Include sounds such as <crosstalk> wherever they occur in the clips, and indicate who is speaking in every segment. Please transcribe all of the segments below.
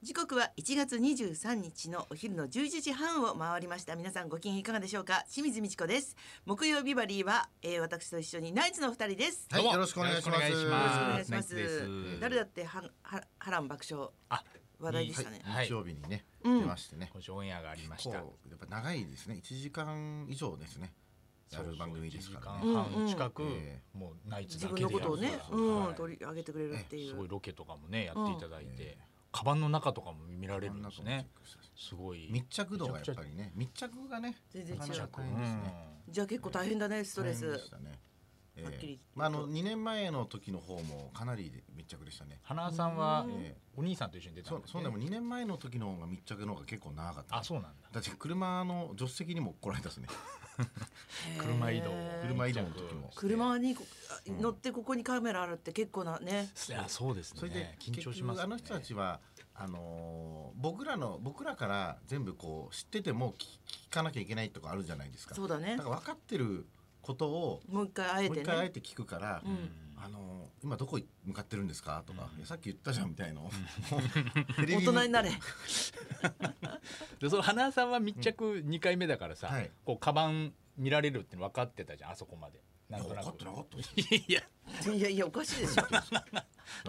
Speaker 1: 時刻は1月23日のお昼の11時半を回りました皆さんご機嫌いかがでしょうか清水美智子です木曜日バリーは、えー、私と一緒にナイツのお二人です
Speaker 2: はい
Speaker 3: どうも
Speaker 2: よろしくお願いします
Speaker 3: よろしくお
Speaker 1: よろしくお
Speaker 3: 願
Speaker 1: 願
Speaker 3: い
Speaker 1: い
Speaker 3: し
Speaker 1: し
Speaker 3: ま
Speaker 1: ますす
Speaker 3: ナイツです
Speaker 1: 誰だってはは波乱爆笑
Speaker 3: あ、
Speaker 1: 話題でしたね、
Speaker 3: はい
Speaker 2: 日曜日にね、
Speaker 1: ん
Speaker 2: 出ましてね。
Speaker 3: ご上演がありまし
Speaker 2: こう
Speaker 3: た。
Speaker 2: やっぱ長いですね。一時間以上ですね。やる番組ですからね。
Speaker 3: 1時間半近く、
Speaker 2: うんうんえ
Speaker 3: もうナイツ
Speaker 1: 自
Speaker 3: だ
Speaker 1: 分
Speaker 3: け
Speaker 1: の
Speaker 3: でや
Speaker 1: ことを
Speaker 3: る
Speaker 1: ね、
Speaker 3: から
Speaker 1: う
Speaker 3: は
Speaker 1: ん
Speaker 3: い
Speaker 1: 取り上げてくれるってい
Speaker 3: す
Speaker 1: う
Speaker 3: ごいロケとかもねやっていただいて、カバンの中とかも見られるんですねすごい
Speaker 2: 密着度がやっぱ
Speaker 3: り
Speaker 2: りね、密着がね、
Speaker 1: 全然違う
Speaker 2: なかなか大
Speaker 3: う
Speaker 2: 変
Speaker 3: ん
Speaker 2: ですね。
Speaker 1: じゃあ結構大変だねストレ
Speaker 2: 大変で
Speaker 1: ス
Speaker 2: したね。
Speaker 1: はっきり言う
Speaker 2: え
Speaker 1: と
Speaker 2: えまああの2年前の時の方もかなり密着でしたね。
Speaker 3: 花輪さんは、
Speaker 2: え
Speaker 3: お兄さんと一緒に出たん
Speaker 2: そ
Speaker 3: で
Speaker 2: う
Speaker 3: す、ね、
Speaker 2: そうでも2年前の時の方が密着の方が結構長かった。
Speaker 3: あそうなんだ
Speaker 2: だって車の助手席にも来られたですね。
Speaker 3: 車移動
Speaker 2: 車移動の時も。
Speaker 1: 車にこあ乗ってここにカメラあるって結構なね
Speaker 3: いやそうですね
Speaker 2: それで
Speaker 3: 緊張しま
Speaker 2: 結局
Speaker 3: すね
Speaker 2: あの人たちはあのー僕らの僕らから全部こう知ってても聞聞かなきゃいけないとかあるじゃないですか。
Speaker 1: そうだね
Speaker 2: だから分かってることを
Speaker 1: もう一回会え
Speaker 2: もう
Speaker 1: て
Speaker 2: 一回あえ
Speaker 1: ね
Speaker 2: て聞くから、あのー今どこ向かってるんですかとか、いやさっき言ったじゃんみたい
Speaker 3: <laughs>
Speaker 2: な。もうテレ
Speaker 1: 大
Speaker 2: ビ
Speaker 1: 人になれ
Speaker 3: でその花輪さんは密着2回目だからさ、
Speaker 2: はい
Speaker 3: こうカバン見られるって分かってたじゃんあそこまでなん
Speaker 2: い
Speaker 3: と
Speaker 2: や
Speaker 3: な
Speaker 2: 分か
Speaker 3: く
Speaker 2: ってなかったです
Speaker 3: <laughs> いや
Speaker 1: いやいやおかしいで
Speaker 2: <laughs>
Speaker 1: しょ
Speaker 2: ダ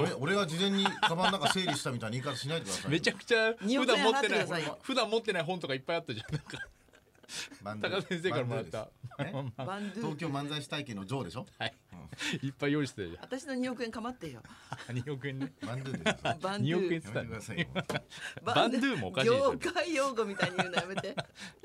Speaker 2: メ俺が事前にカバンの中整理したみたいな言い方しないでください。
Speaker 3: めちゃくちゃ
Speaker 1: 2
Speaker 3: 普
Speaker 1: 億円
Speaker 3: 段持
Speaker 1: 払
Speaker 3: って
Speaker 1: ってく
Speaker 3: な
Speaker 1: ださい
Speaker 3: い
Speaker 1: よ
Speaker 3: 普段持ってない本とかいっぱいあったじゃんなんか
Speaker 2: バンド
Speaker 3: 高田先生からもらった
Speaker 2: バンドですね
Speaker 1: バンドゥ
Speaker 2: 東京漫才師体験のジョーでしょ。
Speaker 3: はい、いっぱい用意してたじゃん
Speaker 1: 私の2億円かまって
Speaker 3: <laughs>
Speaker 1: よ
Speaker 3: 2億円ね
Speaker 2: バンドゥ
Speaker 3: <laughs>
Speaker 2: です。や
Speaker 1: バンド
Speaker 3: 2億
Speaker 1: ゥ
Speaker 3: 円っつ
Speaker 2: め
Speaker 3: ってた
Speaker 2: く
Speaker 3: ね
Speaker 2: ださいよ。
Speaker 3: バンドゥもおかしいですよ
Speaker 1: 業界用語みたいに言うのやめて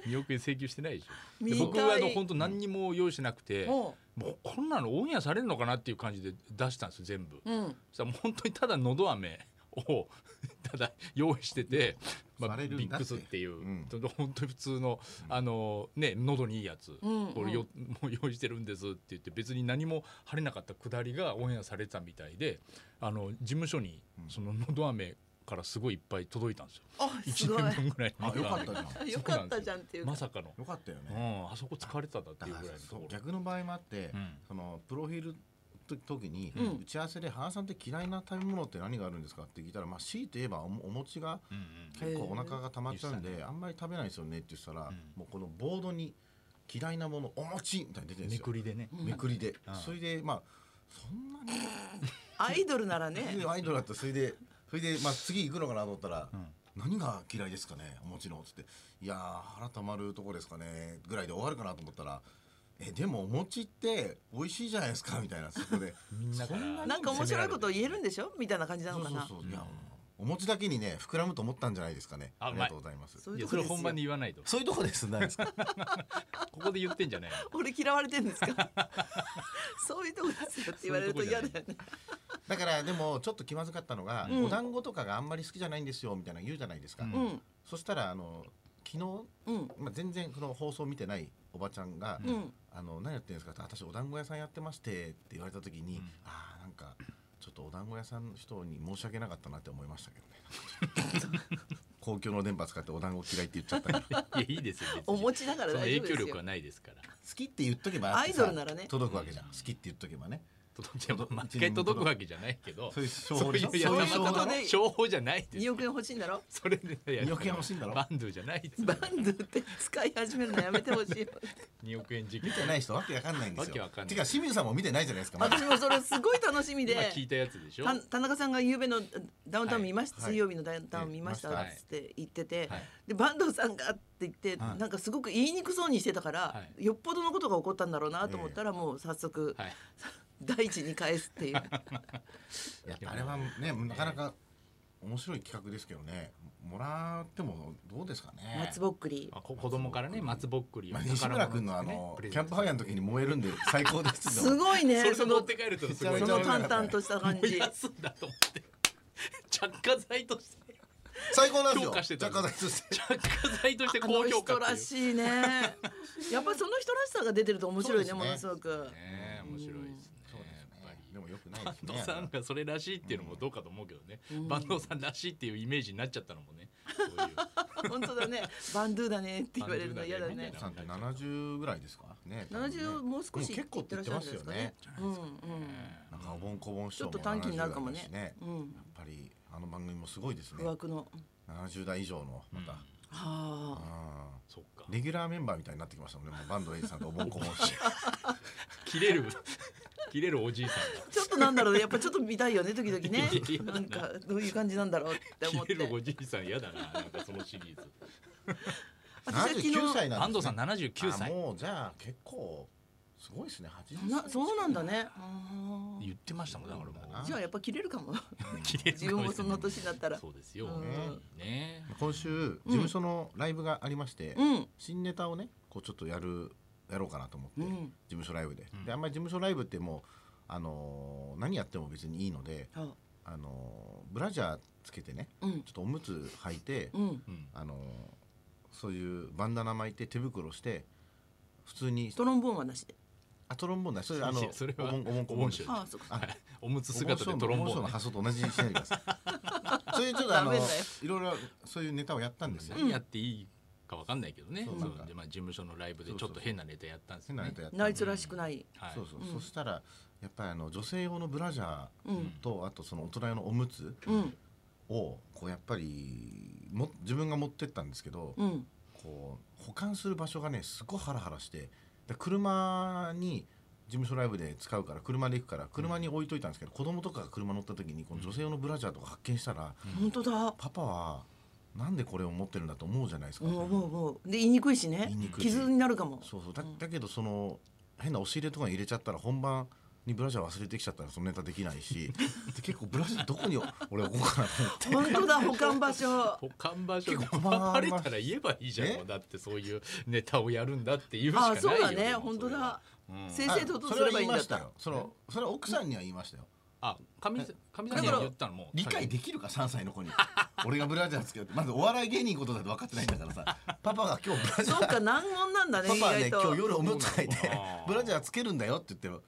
Speaker 3: 2億円請求してないでしょ
Speaker 1: 見
Speaker 3: で
Speaker 1: たい
Speaker 3: <laughs> 僕はあの本当何にも用意しなくて、
Speaker 1: ん
Speaker 3: もうこんなのオンエアされるのかなっていう感じで出したんですよ全部、
Speaker 1: うん
Speaker 3: そしたらもう本当にただのど飴を <laughs> ただ用意してて、まあ、
Speaker 2: され
Speaker 3: ビ
Speaker 2: るん
Speaker 3: ッ
Speaker 2: だっ
Speaker 3: ク
Speaker 2: て
Speaker 3: スっていう、
Speaker 2: うん
Speaker 3: 本当に普通のあの、ね、喉にいいやつ、
Speaker 1: うん
Speaker 3: これよ <laughs> もう用意してるんですって言って別に何も晴れなかったくだりがオンエアされてたみたいであの事務所にそののど飴からすごいいっぱい届いたんですよ。
Speaker 1: あす
Speaker 3: 1
Speaker 1: ごい
Speaker 3: 年分ぐらい
Speaker 2: あよかったじゃ
Speaker 1: <laughs>
Speaker 2: ん。
Speaker 1: よかったじゃんっていう
Speaker 3: まさかの
Speaker 2: よかったよね。
Speaker 3: うん、あそこ疲れてただって
Speaker 2: だ
Speaker 3: い
Speaker 2: か
Speaker 3: う
Speaker 2: ら
Speaker 3: ぐらいのと
Speaker 2: そ
Speaker 3: こ
Speaker 2: う
Speaker 3: ろ。
Speaker 2: 逆の場合もあって、
Speaker 3: うん
Speaker 2: そのプロフィールの時に、打ち合わせで「原さんって嫌いな食べ物って何があるんですか?」って聞いたら、まあ、強いて言えばおお餅が
Speaker 3: うんうん
Speaker 2: 結構お腹が溜まっちゃうんで、あんまり食べないですよねって言ってたら、もうこのボードに「嫌いなものお餅」みたいに出てるんで
Speaker 3: め
Speaker 2: すよ
Speaker 3: くりでね。
Speaker 2: めくりで、それでまあそんなに
Speaker 1: アイドルならね
Speaker 2: でアイドルだったらそれでそれで、まあ、次行くのかなと思ったら「何が嫌いですかねお餅の」つって「いやー腹たまるとこですかね」ぐらいで終わるかなと思ったら「えでもお餅って美味しいじゃないですか」みたいなそこで
Speaker 3: みんなから
Speaker 1: なんか面白いことを言えるんでしょみたいな感じな
Speaker 2: そ
Speaker 1: の
Speaker 2: う
Speaker 1: か
Speaker 2: そ
Speaker 1: な
Speaker 2: うそういやお餅だけにね膨らむと思ったんじゃないですかね
Speaker 3: あ
Speaker 2: ありがとうございます
Speaker 1: そう
Speaker 3: い
Speaker 1: いう
Speaker 3: や
Speaker 1: とこ
Speaker 3: そ
Speaker 1: で
Speaker 3: れ
Speaker 1: すよ
Speaker 3: 本番に言わないと。
Speaker 2: そういうとこです何ですか
Speaker 3: ここで言ってんじゃないの。
Speaker 1: 俺嫌われてんです
Speaker 3: <laughs>
Speaker 1: かそういうとこですよって言われると嫌だよね
Speaker 2: <laughs> だからでもちょっと気まずかったのが、お団子とかがあんまり好きじゃないんですよみたいなの言うじゃないですか、
Speaker 1: ん
Speaker 2: そしたらあの昨日
Speaker 1: うん
Speaker 2: まあ、全然この放送見てないおばちゃんが「
Speaker 1: ん
Speaker 2: あの何やってるんですか?」って「私お団子屋さんやってまして」って言われた時に、ああなんかちょっとお団子屋さんの人に申し訳なかったなって思いましたけどね <laughs> なんかちょっと公共の電波使ってお団子嫌いって言っちゃった <laughs> から好
Speaker 3: いやいいですよ。別に
Speaker 1: お餅だから
Speaker 3: その
Speaker 1: 大丈
Speaker 3: 影
Speaker 1: 夫です
Speaker 3: 響
Speaker 1: よ
Speaker 3: 力はないですから。
Speaker 2: きって言っとけば
Speaker 1: アイドルならね
Speaker 2: 届くわけじゃん好きって言っとけばね
Speaker 3: 届いても毎回届くわけじゃないけど。
Speaker 2: そういう商法
Speaker 3: い
Speaker 2: でしょ
Speaker 3: やいや
Speaker 1: そういう
Speaker 3: そん
Speaker 1: 商法
Speaker 3: なこ
Speaker 1: だ
Speaker 3: と
Speaker 1: ろ
Speaker 3: 商法じゃないです。
Speaker 1: 2億円欲しいんだろ
Speaker 3: それでいや
Speaker 2: 2億円欲しいんだろ
Speaker 3: バンドじゃないです。
Speaker 1: バンドって使い始めるのやめてほしいよ
Speaker 3: 二億円事件
Speaker 2: 見。てない人わけわかんないんですよ
Speaker 3: わけわかんない
Speaker 2: てか清水さんも見てないじゃないですかまだ
Speaker 1: 私もそれすごい楽しみで
Speaker 3: 今聞いたやつでしょ。
Speaker 1: た田中さんが夕べのダウンタウン見ました、
Speaker 2: はい
Speaker 1: 水曜日のダウンタウン見ました
Speaker 2: はい
Speaker 1: って言ってて、
Speaker 3: はい
Speaker 1: で坂東さんがって言って、
Speaker 2: はい
Speaker 1: なんかすごく言いにくそうにしてたから、
Speaker 3: は
Speaker 1: よっぽどのことが起こったんだろうなと思ったら、もう早速、
Speaker 3: はい。
Speaker 1: 大地に返すっていう
Speaker 2: やっぱあれはねなかなか面白い企画ですけどねもらってもどうですかね
Speaker 1: <laughs> 松ぼっくり
Speaker 3: まあこ子供からね松ぼっくりを
Speaker 2: まあ、
Speaker 3: 宝
Speaker 2: 西
Speaker 3: 物
Speaker 2: 村君のあ
Speaker 3: ね
Speaker 2: の、
Speaker 3: プレ
Speaker 2: キ
Speaker 3: ゼ
Speaker 2: ャ
Speaker 3: ン
Speaker 2: ンプ
Speaker 3: ト
Speaker 2: ファイヤーの時に燃えるん
Speaker 3: <laughs>
Speaker 2: で最高です
Speaker 1: すごいね
Speaker 3: それ
Speaker 1: そ
Speaker 3: と
Speaker 1: の
Speaker 3: 持って帰るとすごい
Speaker 2: そ
Speaker 1: そ
Speaker 2: の
Speaker 1: の淡々とした感
Speaker 3: 燃
Speaker 1: じ
Speaker 3: やすんだと思って着火剤として
Speaker 2: 最高なんですよ
Speaker 3: 評価してた
Speaker 2: 着火剤として
Speaker 3: 着火剤として
Speaker 1: あ
Speaker 3: 高
Speaker 1: の人
Speaker 3: 評価ってい
Speaker 1: ら
Speaker 3: う
Speaker 1: しいねやっぱその人らしさが出てると面白いね
Speaker 2: そうですね
Speaker 1: ものすごく。
Speaker 3: ねえ面白いですねやっぱり
Speaker 2: でもよくない
Speaker 3: バ
Speaker 2: です
Speaker 3: ン
Speaker 2: ね
Speaker 3: ドさんがそれらしいっていうのもどうかと思うけどね、バンドさんらしいっていうイメージになっちゃったのもね
Speaker 2: <laughs>
Speaker 3: そういう
Speaker 1: 本当だねバンドゥだねって言われるの嫌だ
Speaker 3: バンドゥ
Speaker 1: ね
Speaker 3: だね
Speaker 2: さんって70ぐらいですかね
Speaker 1: 70もう少し
Speaker 2: 結構って言ってますよね
Speaker 1: うんうん
Speaker 2: なんかおぼんこぼん師匠
Speaker 1: ちょっと短期になるかもね
Speaker 2: 70代だし
Speaker 1: うん
Speaker 2: やっぱりあの番組もすごいですね
Speaker 1: 不惑の。
Speaker 2: 70代以上のまた、
Speaker 3: うん
Speaker 2: う
Speaker 1: はあ。
Speaker 2: ん
Speaker 3: そっか
Speaker 2: レギュラーメンバーみたいになってきましたもんねもうバンドエイジさんとおぼんこぼん
Speaker 1: <laughs>
Speaker 2: して
Speaker 3: 切れる切れるおじいさん
Speaker 1: ちょっとなんだろう、やっぱちょっと見たいよね、時々ね
Speaker 3: いやいや。
Speaker 1: なんか、どういう感じなんだろうって思
Speaker 3: が
Speaker 1: っ
Speaker 3: 切れ
Speaker 1: て。
Speaker 3: るおじいさん嫌だななんかそのシリーズ
Speaker 1: 私
Speaker 2: 79
Speaker 1: は昨
Speaker 2: 歳なん
Speaker 3: <laughs> 安
Speaker 2: です、
Speaker 3: 藤さん
Speaker 2: ね、
Speaker 3: 79歳
Speaker 2: あもうじゃあ結構すごいですね80
Speaker 1: 日。な、そうなんだね。あ
Speaker 3: 言ってましたもんだからも
Speaker 1: ー
Speaker 2: あ
Speaker 1: じゃあ、やっぱ切れるかも。自分もその年だったら。
Speaker 3: そうですよ、
Speaker 1: うん
Speaker 3: ね
Speaker 2: 今週事務所のライブがありまして、
Speaker 1: うん。
Speaker 2: 新ネタをねこうちょっとやるやろうかなと思って、
Speaker 1: う
Speaker 2: 事
Speaker 1: ん。
Speaker 2: 務所ライブで,、
Speaker 3: うん
Speaker 2: であんまり事務所ライブってもう、あのー何やっても別にいいので、
Speaker 1: あ。
Speaker 2: あのーブラジャーつけてね
Speaker 1: うん
Speaker 2: ちょ。っとおむつ履いて、
Speaker 1: うん。
Speaker 3: うん
Speaker 2: あのーそういうバンダナ巻いて手袋して普通に
Speaker 1: トロンボーンはなしで。
Speaker 2: あトロンボーンないそれあの
Speaker 3: いやそれは
Speaker 2: おぼんおぼんこ
Speaker 3: お
Speaker 2: ぼ
Speaker 3: ぼ
Speaker 2: ん
Speaker 3: ん
Speaker 2: し
Speaker 3: 師
Speaker 2: て
Speaker 3: 匠
Speaker 1: ああ、そうか。
Speaker 3: はいおむつ姿でトロンボ
Speaker 2: おぼん師匠
Speaker 3: ーン
Speaker 2: の
Speaker 3: ね
Speaker 2: 発想と同じにしないでく
Speaker 1: <laughs>
Speaker 2: ださいそういうちょっとあの
Speaker 1: ダメだよ
Speaker 2: いろいろそういうネタをやったんですよ、
Speaker 1: うん
Speaker 3: 何やっていいかわかんないけどね、
Speaker 2: そう
Speaker 3: そ
Speaker 2: なんか
Speaker 3: うでまあ事務所のライブでちょっと変なネタやったんです
Speaker 2: 変
Speaker 3: よ
Speaker 2: な
Speaker 3: ね
Speaker 2: ネタやったん
Speaker 1: ナ
Speaker 2: で
Speaker 1: イツらしくない。
Speaker 3: はい
Speaker 2: そうそう、
Speaker 1: うん
Speaker 2: そしたらやっぱりあの女性用のブラジャ
Speaker 1: う
Speaker 2: ー
Speaker 1: ん。
Speaker 2: とあとその大人用のおむつ
Speaker 1: うん。
Speaker 2: をこうやっぱりも自分が持ってったんですけど、
Speaker 1: うん。
Speaker 2: こう保管する場所がねすごいハラハラしてで車に事務所ライブで使うから車で行くから車に置いといたんですけど、子供とかが車乗った時にこの女性用のブラジャーとか発見したら、
Speaker 1: 本当だ。
Speaker 2: パパはなんでこれを持ってるんだと思うじゃないですか、
Speaker 1: うん、もう、もう、で、言いにくいしね
Speaker 2: 言いに。くい
Speaker 1: 傷になるかも。
Speaker 2: そうそうだだけどその変な押し入れとかに入れちゃったら本番にブラジャー忘れてきちゃったらそのネタできないしで結構ブラジャーどこに俺置こうかなと思って
Speaker 1: 本当だ、保管場所。
Speaker 2: <laughs>
Speaker 3: 保管場所
Speaker 2: 結構まあ
Speaker 3: バレたら言えばいいじゃん
Speaker 2: ね
Speaker 3: もうだってそういうネタをやるんだって言うしかない
Speaker 1: あ
Speaker 3: よ
Speaker 1: あ、そうだ
Speaker 3: で
Speaker 1: ね、
Speaker 3: も
Speaker 1: 本
Speaker 3: そ
Speaker 1: 当
Speaker 3: れは
Speaker 1: だ。
Speaker 3: うん
Speaker 1: 先生とどう
Speaker 2: あ
Speaker 1: すればいいんだ
Speaker 2: それは言ましたよそのそれは奥さんには言いましたよ
Speaker 3: あ神さん神さんに
Speaker 1: だか
Speaker 3: は
Speaker 1: ら
Speaker 3: 言ったのもう
Speaker 2: 理解できるか3歳の子に <laughs> 俺がブラジャーつけようってまずお笑い芸人のことだって分かってないんだか
Speaker 1: <laughs>
Speaker 2: らさパパが今日ブラジ
Speaker 1: そ
Speaker 2: ャ
Speaker 1: う
Speaker 2: ー
Speaker 1: か、難問なんだね、
Speaker 2: <laughs> パ
Speaker 1: 意
Speaker 2: パは
Speaker 1: 外
Speaker 2: ね今
Speaker 1: と
Speaker 2: 日。夜おむつ履いて
Speaker 3: そうなのか
Speaker 2: <laughs>
Speaker 3: な
Speaker 2: ブラジャーつけるんだよって言ってる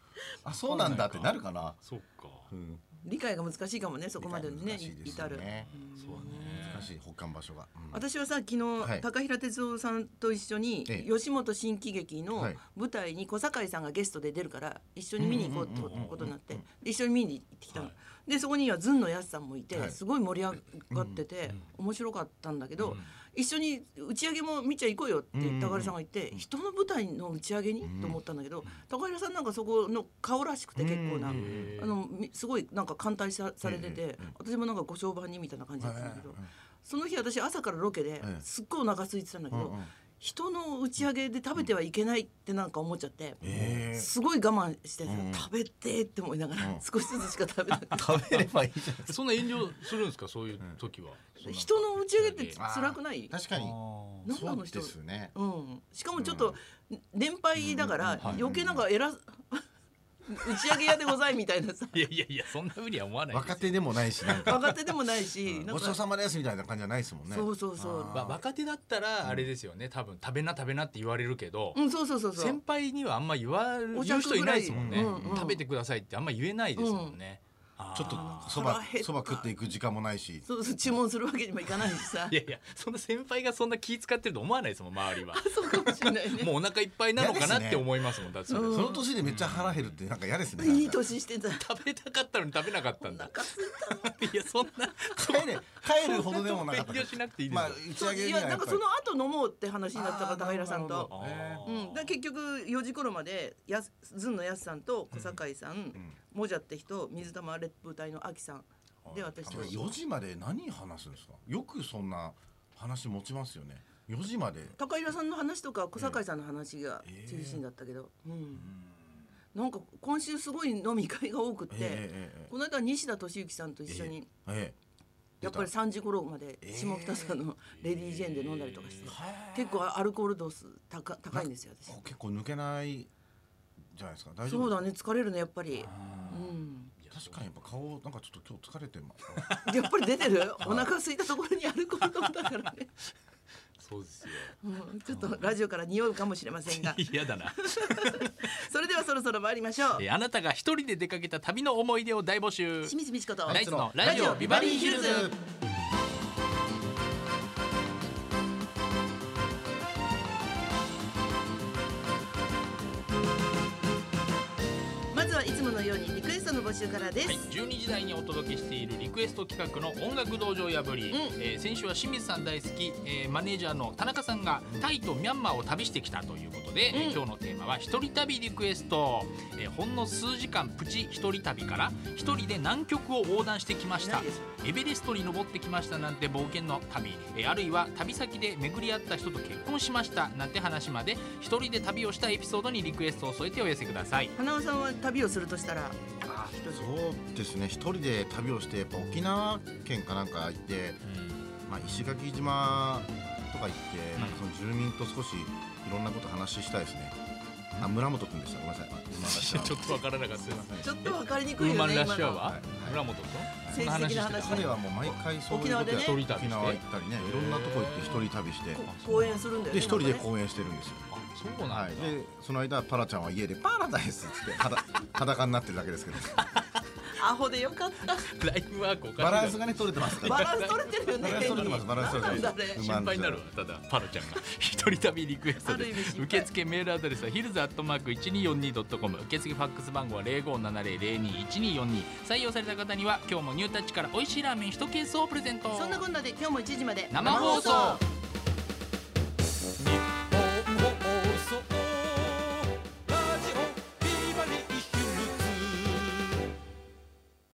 Speaker 2: あそうなんだってなるかな、
Speaker 3: そうか
Speaker 2: うん、
Speaker 1: 理解が難しいかもね、そこまでにね、
Speaker 2: 難しいです
Speaker 1: 至
Speaker 2: よ
Speaker 1: る。
Speaker 2: ね
Speaker 3: そうだね
Speaker 2: 難しい保管場所が、うん
Speaker 1: 私はさ昨日、
Speaker 2: はい
Speaker 1: 高平哲夫さんと一緒に、
Speaker 2: ええ
Speaker 1: 吉本新喜劇の
Speaker 2: はい
Speaker 1: 舞台に小堺さんがゲストで出るから一緒に見に行こうって
Speaker 2: うんうんうんうん
Speaker 1: ことになってで一緒に見に行ってきたの、
Speaker 3: は
Speaker 1: でそこにはずんのやすさんもいて、
Speaker 2: はい
Speaker 1: すごい盛り上がってて、面白かったんだけど、一緒に打ち上げも見ちゃ行こうよって
Speaker 2: うんうんうん
Speaker 1: 高平さんが言って、人の舞台の打ち上げに、
Speaker 2: うん
Speaker 1: と思ったんだけど高平さんなんかそこの顔らしくて結構な。
Speaker 2: うん
Speaker 3: へー
Speaker 1: あのみすごいなんか歓待さされてて、
Speaker 2: ええ
Speaker 1: 私もなんかご商売にみたいな感じだったんだけど、
Speaker 2: うん
Speaker 1: その日私朝からロケで
Speaker 2: ええ
Speaker 1: すっごいお腹空いてたんだけど、
Speaker 2: うんうん
Speaker 1: 人の打ち上げで食べてはいけないってなんか思っちゃって、
Speaker 2: えー
Speaker 1: すごい我慢して、
Speaker 2: うん
Speaker 1: 食べてって思いながら、
Speaker 2: うん
Speaker 1: 少しずつしか食べなくて
Speaker 2: <laughs> 食べればいいじゃん
Speaker 3: そんな遠慮するんですかそういう時は、そんな
Speaker 1: 人の打ち上げって辛くない
Speaker 2: 確かに
Speaker 3: あー
Speaker 1: なんかあ
Speaker 2: そ
Speaker 1: の
Speaker 2: う
Speaker 1: 人
Speaker 2: ですね
Speaker 1: うん、しかもちょっと年配だから、
Speaker 2: うんうんはい
Speaker 1: 余計なんか偉 <laughs> 打ち上げ屋でございみたいなさ
Speaker 3: いやいやいやそんなふうには思わないです
Speaker 2: 若手でもないしなんか
Speaker 1: 若手でもないし、なん
Speaker 2: ごち
Speaker 1: か
Speaker 2: そうさまですみたいな感じじゃないですもんね
Speaker 1: そうそうそう
Speaker 2: あー
Speaker 3: わ若手だったらあれですよね、多分食べな食べなって言われるけど、
Speaker 1: うんそうそうそうそう
Speaker 3: 先輩にはあんま言わ言
Speaker 1: お
Speaker 3: う
Speaker 1: 酌
Speaker 3: 人いないですもんね、
Speaker 2: ぐらいうん
Speaker 1: うん
Speaker 3: 食べてくださいってあんま言えないですもんね、あー
Speaker 2: ちょっとそ
Speaker 1: 腹
Speaker 2: ば
Speaker 1: 減った
Speaker 2: そば食っていく時間もないし
Speaker 1: そうそう注文するわけにもいかないしさ
Speaker 3: いやいやそんな先輩がそんな気使ってると思わないですもん周りは
Speaker 1: そうかもしれないね
Speaker 3: もうお腹いっぱいなのかな
Speaker 2: 嫌ですね
Speaker 3: って思いますもんだってそれ
Speaker 1: うん
Speaker 2: その年でめっちゃ腹減るってなんか嫌ですね
Speaker 1: いい年してた
Speaker 3: 食べたかったのに食べなかったんだ
Speaker 1: 腹すいた
Speaker 3: <laughs> いやそんな
Speaker 2: 帰れ帰るほどでもなかったけ
Speaker 3: 遠
Speaker 2: ど
Speaker 3: 慮しなくていいですよ、
Speaker 2: まあ打ち
Speaker 1: そう
Speaker 2: 上げ
Speaker 1: い
Speaker 2: には
Speaker 1: や
Speaker 2: や
Speaker 1: な
Speaker 2: っ
Speaker 1: ん
Speaker 2: ぱ
Speaker 1: か
Speaker 2: り
Speaker 1: その後飲もうって話になったから高平さんと。
Speaker 3: あー
Speaker 1: うん、だ結局4時頃までやすずんのやすさんと小堺さん、
Speaker 2: ん
Speaker 1: もじゃって人水玉レッド隊のあきさんで私と
Speaker 2: 4時まで何話すんですかよくそんな話持ちますよね4時まで
Speaker 1: 高平さんの話とか小堺さんの話が中心だったけど、うん、なんか今週すごい飲み会が多くって、
Speaker 2: えええ
Speaker 1: この間西田敏行さんと一緒に、
Speaker 2: えええ
Speaker 1: やっぱり3時頃まで
Speaker 2: え
Speaker 1: 下北沢のレディー・ジェーンで飲んだりとかして、
Speaker 2: はあ
Speaker 1: 結構アルコール度数高高いんですよ私
Speaker 2: こう結構抜けないじゃないですか大丈夫
Speaker 1: そうだね疲れるねやっぱり、
Speaker 3: あ
Speaker 1: うん、
Speaker 3: ーいや
Speaker 2: 確かにやっぱ顔なんかちょっと今日疲れてます
Speaker 3: <laughs>
Speaker 1: やっぱり出て
Speaker 2: <laughs>
Speaker 1: るお腹空いたところにアルコール度だからね、
Speaker 3: そうですよ
Speaker 1: うん、ちょっとラジオから匂うかもしれませ
Speaker 2: <laughs>
Speaker 1: んが
Speaker 3: 嫌だな
Speaker 1: それではそろそろ参りましょう
Speaker 3: えーあなたが一人で出かけた旅の思い出を大募集
Speaker 1: 清水美智子と
Speaker 3: ナイツのラジオビバリーヒルズ
Speaker 1: まずはいつものようにリクエストの募今週からです、
Speaker 3: はい、12時台にお届けしているリクエスト企画の「音楽道場破り」
Speaker 1: うん
Speaker 3: えー先週は清水さん大好き、えーマネージャーの田中さんがタイとミャンマーを旅してきたということで、えー
Speaker 1: うん
Speaker 3: 今日のテーマは「一人旅リクエスト」えーほんの数時間プチ一人旅から一人で南極を横断してきまし
Speaker 1: な
Speaker 3: た
Speaker 1: いです
Speaker 3: エベレストに登ってきましたなんて冒険の旅、えーあるいは旅先で巡り合った人と結婚しましたなんて話まで一人で旅をしたエピソードにリクエストを添えてお寄せください。
Speaker 1: 花尾さんは旅をするとしたら
Speaker 2: あ
Speaker 1: 一人
Speaker 2: そうですね一人で旅をしてやっぱ沖縄県かなんか行って、まあ、石垣島とか行って、なんかその住民と少しいろんなこと話したいですね、あ村本君でしたごめんなさい今出した
Speaker 3: <laughs> <laughs> ちょっとわからなかったです
Speaker 1: ちょっとわかりに
Speaker 4: ウ
Speaker 1: くい
Speaker 4: ー
Speaker 1: よ
Speaker 4: マ
Speaker 1: ね
Speaker 4: ンラッ
Speaker 1: 今
Speaker 4: シュア
Speaker 1: の
Speaker 4: ワ
Speaker 2: はい
Speaker 4: ー村本と
Speaker 1: 政治的な話
Speaker 2: 彼はもう毎回そういうことや
Speaker 1: 沖縄で
Speaker 4: ね
Speaker 2: 沖縄行ったりねいろんなとこ行って一人旅して
Speaker 1: こ講演するんだよね
Speaker 2: で一人で
Speaker 1: なんかね
Speaker 2: 公演してるんですよ
Speaker 4: あそうな
Speaker 2: は
Speaker 4: ん
Speaker 2: い、
Speaker 4: だ、
Speaker 2: でその間パラちゃんは家で「パラダイス」っつって裸裸になってるだけ <laughs> ですけど
Speaker 1: アホでよかった
Speaker 3: ライフワークおかしいだ
Speaker 2: バ
Speaker 3: ろ
Speaker 2: ランスがね取れてますから
Speaker 1: <laughs> バランス取れてるよね
Speaker 2: <laughs> バランス取れてますバランス取れてます
Speaker 1: なんだあれ
Speaker 2: 不
Speaker 3: 心
Speaker 2: 満
Speaker 3: 配になるわただパロちゃんが <laughs> 一人旅リクエスト
Speaker 1: あ
Speaker 3: で
Speaker 1: る意味心配
Speaker 3: 受付メールアドレスはヒルズアットマーク 1242.com 受付ファックス番号は0570021242採用された方には今日もニュータッチから美味しいラーメン1ケースをプレゼント
Speaker 1: そんなこんなで今日も1時まで
Speaker 3: 生放送